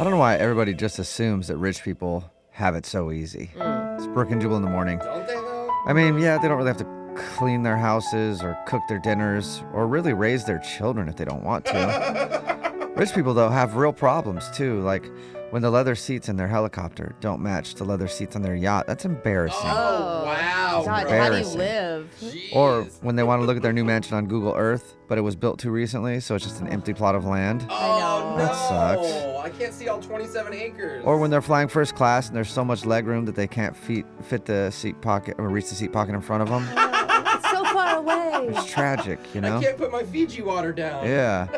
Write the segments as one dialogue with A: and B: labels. A: I don't know why everybody just assumes that rich people have it so easy.
B: Mm.
A: It's Brooke and Jubal in the morning.
B: Don't they though?
A: I mean, yeah, they don't really have to clean their houses or cook their dinners or really raise their children if they don't want to. Rich people, though, have real problems too, like when the leather seats in their helicopter don't match the leather seats on their yacht. That's embarrassing.
B: Oh, wow.
C: God, how
B: bro.
C: do you
A: Embarrassing.
C: live?
B: Jeez.
A: Or when they want to look at their new mansion on Google Earth, but it was built too recently, so it's just an empty plot of land.
B: oh,
C: know.
B: no.
A: That sucks.
B: I can't see all 27 acres.
A: Or when they're flying first class and there's so much legroom that they can't feet, fit the seat pocket or reach the seat pocket in front of them.
C: It's so far away.
A: It's tragic, you
B: I
A: know?
B: can't put my Fiji water down.
A: Yeah.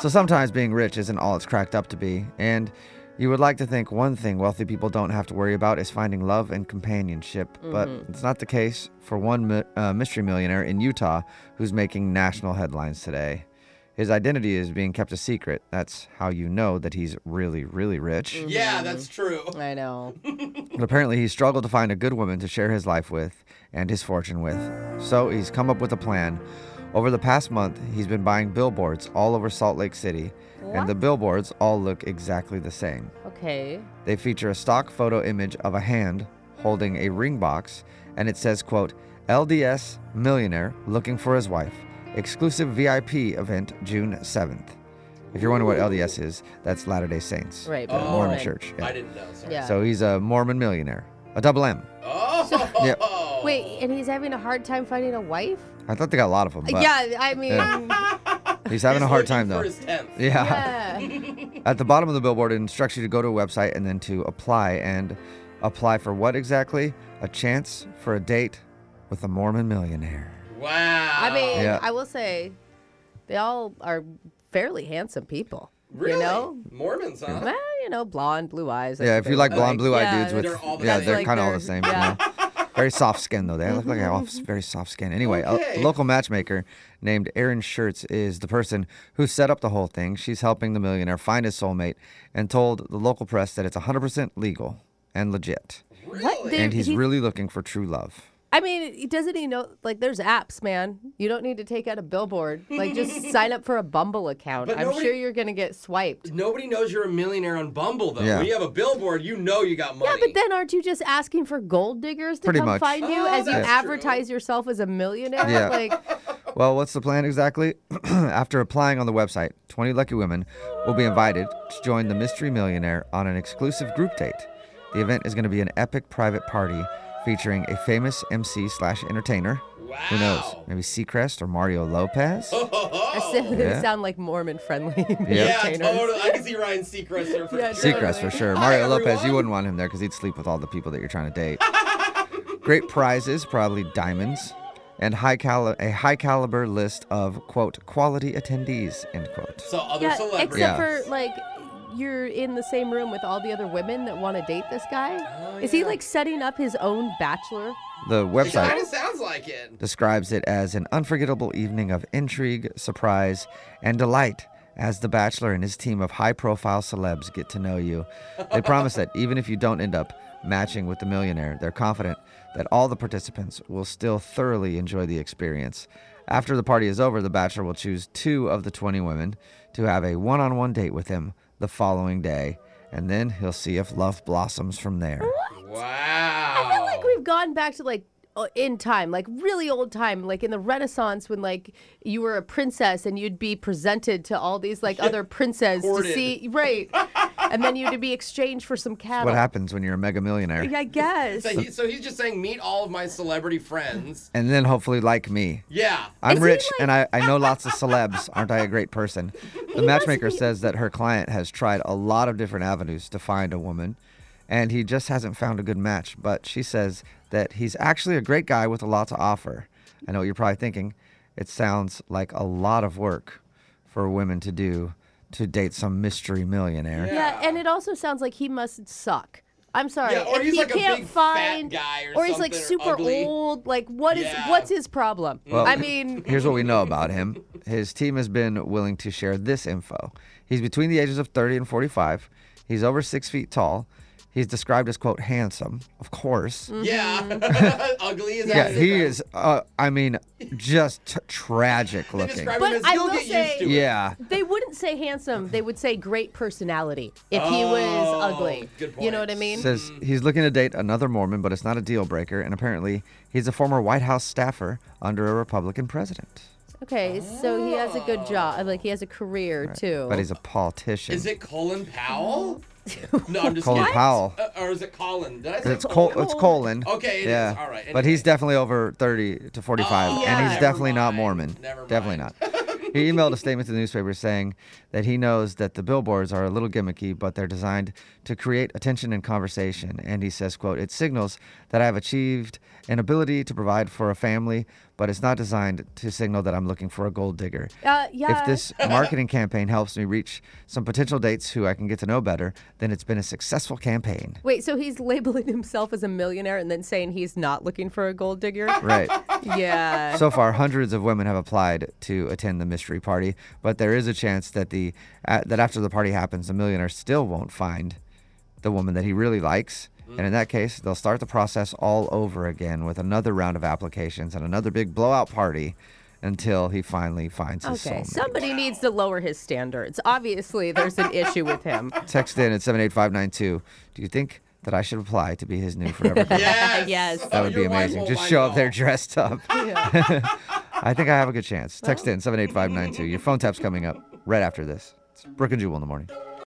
A: So sometimes being rich isn't all it's cracked up to be. And you would like to think one thing wealthy people don't have to worry about is finding love and companionship, but
B: Mm-hmm.
A: it's not the case for one mi- uh, mystery millionaire in Utah who's making national headlines today. His identity is being kept a secret. That's how you know that he's really, really rich.
B: Yeah, that's true.
C: I know.
A: But apparently, he struggled to find a good woman to share his life with and his fortune with. So he's come up with a plan. Over the past month, he's been buying billboards all over Salt Lake City, and the billboards all look exactly the same.
C: Okay.
A: They feature a stock photo image of a hand holding a ring box, and it says, quote, LDS millionaire looking for his wife. Exclusive VIP event June 7th. If you're wondering what LDS is, that's Latter day Saints.
C: Right,
A: the
C: but
A: Mormon
C: Mormon.
A: Church. yeah.
B: I didn't know. Sorry.
C: Yeah.
A: So he's a Mormon millionaire, a double M.
B: Oh.
A: Yep.
C: Wait, and he's having a hard time finding a wife?
A: I thought they got a lot of them. But
C: yeah, I mean, yeah.
A: he's having a hard time though.
B: For his tenth.
A: Yeah. At the bottom of the billboard, it instructs you to go to a website and then to apply and apply for what exactly? A chance for a date with a Mormon millionaire.
B: Wow.
C: I mean,
A: Uh, Yeah.
C: I will say, they all are fairly handsome people.
B: really?
C: You know,
B: Mormons, huh?
C: well, you know, blonde, blue eyes. that's
A: yeah, if you like
C: fairly
A: blonde, blue-eyed
C: yeah,
A: dudes with
B: They're all the
A: yeah,
B: same.
A: they're
C: Like
A: kind of all
C: they're-
A: the same.
C: yeah.
A: You know? Very soft skin though. They look like all very soft skin. Anyway, a
B: Okay.
A: local matchmaker named Erin Schertz is the person who set up the whole thing. She's helping the millionaire find his soulmate and told the local press that it's 100% legal and legit.
B: Really?
C: What?
A: and he's
C: he-
A: really looking for true love.
C: I mean, he- doesn't he know? Like, there's apps, man. You don't need to take out a billboard. Like, just sign up for a Bumble account.
B: But
C: I'm
B: nobody-
C: sure you're gonna get swiped.
B: Nobody knows you're a millionaire on Bumble though.
A: Yeah.
B: When you have a billboard, you know you got money.
C: Yeah, but then aren't you just asking for gold diggers to
A: Pretty
C: come
A: much.
C: find you
B: Oh,
C: as you
B: that's true.
C: advertise yourself as a millionaire?
A: Yeah.
C: Like,
A: Well, what's the plan exactly? After applying on the website, 20 lucky women will be invited to join the Mystery Millionaire on an exclusive group date. The event is going to be an epic private party featuring a famous MC slash entertainer.
B: Wow.
A: Who knows? Maybe Seacrest or Mario Lopez?
C: they
A: Yeah.
C: sound like Mormon friendly.
B: Oh. Yeah,
C: entertainers.
B: totally. I can see Ryan Seacrest there for
C: Yeah,
B: sure.
A: Seacrest for sure.
B: Hi,
A: Mario Lopez, you
B: everyone.
A: wouldn't want him there because he'd sleep with all the people that you're trying to date. Great prizes, probably diamonds, and high cali- a high caliber list of quote quality attendees end quote.
B: So other
C: Yeah,
B: celebrities.
C: except
A: Yeah.
C: for like you're in the same room with all the other women that want to date this guy.
B: Oh,
C: Is he
B: yeah.
C: like setting up his own bachelor?
A: The
B: It kind
A: website
B: of sounds like it.
A: describes it as an unforgettable evening of intrigue, surprise, and delight as the bachelor and his team of high-profile celebs get to know you. They promise that even if you don't end up matching with the millionaire, they're confident that all the participants will still thoroughly enjoy the experience. After the party is over, the bachelor will choose 2 of the 20 women to have a one-on-one date with him the following day, and then he'll see if love blossoms from there.
B: Wow.
C: I feel like we've gone back to like uh, in time, like really old time, like in the Renaissance when like you were a princess and you'd be presented to all these like other princes
B: courted.
C: to see, right? and then you'd be exchanged for some cattle.
A: What happens when you're a mega millionaire?
C: Yeah, I guess.
B: So, he, so he's just saying, meet all of my celebrity friends.
A: And then hopefully like me.
B: Yeah.
A: I'm
C: Is he
A: rich
C: like-
A: and I, I know lots of celebs. Aren't I a great person? The matchmaker
C: be-
A: says that her client has tried a lot of different avenues to find a woman and he just hasn't found a good match. But she says that he's actually a great guy with a lot to offer. I know what you're probably thinking. It sounds like a lot of work for women to do to date some mystery millionaire.
C: Yeah, and it also sounds like he must suck. I'm sorry.
B: Yeah, or
C: if
B: he's
C: he
B: like a
C: can't
B: big fat
C: find,
B: guy or
C: he's like
B: something, or
C: super
B: ugly.
C: old. Like, what is
B: Yeah.
C: what's his problem?
A: Well,
C: I mean,
A: here's what we know about him. His team has been willing to share this info. He's between the ages of 30 and 45. He's over six feet tall. He's described as quote handsome, of course.
B: Mm. Yeah. Ugly is
A: Yeah,
B: that
A: he is. Uh, I mean, just t- tragic
B: They
A: looking.
B: describe
C: But
B: him as
C: I
B: you'll
C: will
B: get
C: say-
B: used to it.
A: Yeah,
C: They wouldn't say handsome. They would say great personality if he
B: Oh,
C: was ugly.
B: good
C: You know what
B: point.
C: I mean?
A: says
B: Mm.
A: he's looking to date another Mormon, but it's not a deal breaker. And apparently, he's a former White House staffer under a Republican president.
C: okay, so he has a good job. Like he has a career too.
A: Oh. But he's a politician.
B: Is it Colin Powell? no, I'm just
A: Colin
B: kidding.
A: Powell.
B: Uh, or is it Colin? Did I say
A: It's Col- it's Colin.
B: Okay, it is.
A: yeah.
B: All right,
A: But he's
B: anyway.
A: definitely over 30 to 45,
B: Oh,
A: and
C: Yeah.
A: he's
C: never
A: definitely not
B: mind,
A: Mormon.
B: never
A: definitely
B: mind.
A: not. He emailed a statement to the newspaper saying that he knows that the billboards are a little gimmicky, but they're designed to create attention and conversation. And he says, "quote It signals that I have achieved an ability to provide for a family, but it's not designed to signal that I'm looking for a gold digger.
C: Uh, yeah.
A: If this marketing campaign helps me reach some potential dates who I can get to know better, then it's been a successful campaign."
C: Wait, so he's labeling himself as a millionaire and then saying he's not looking for a gold digger?
A: Right.
C: yeah.
A: So far, hundreds of women have applied to attend the mystery party, but there is a chance that the uh, that after the party happens, the millionaire still won't find the woman that he really likes. And in that case, they'll start the process all over again with another round of applications and another big blowout party until he finally finds his
C: okay,
A: soulmate.
C: somebody needs to lower his standards. Obviously, there's an issue with him.
A: Text in at 78592. Do you think that I should apply to be his new forever girl?
B: Yes.
C: Yes.
A: That would be amazing. Just show up there dressed up.
C: Yeah.
A: I think I have a good chance. Text in 78592. Your phone tap's coming up right after this. It's Brooke and Jewel in the morning.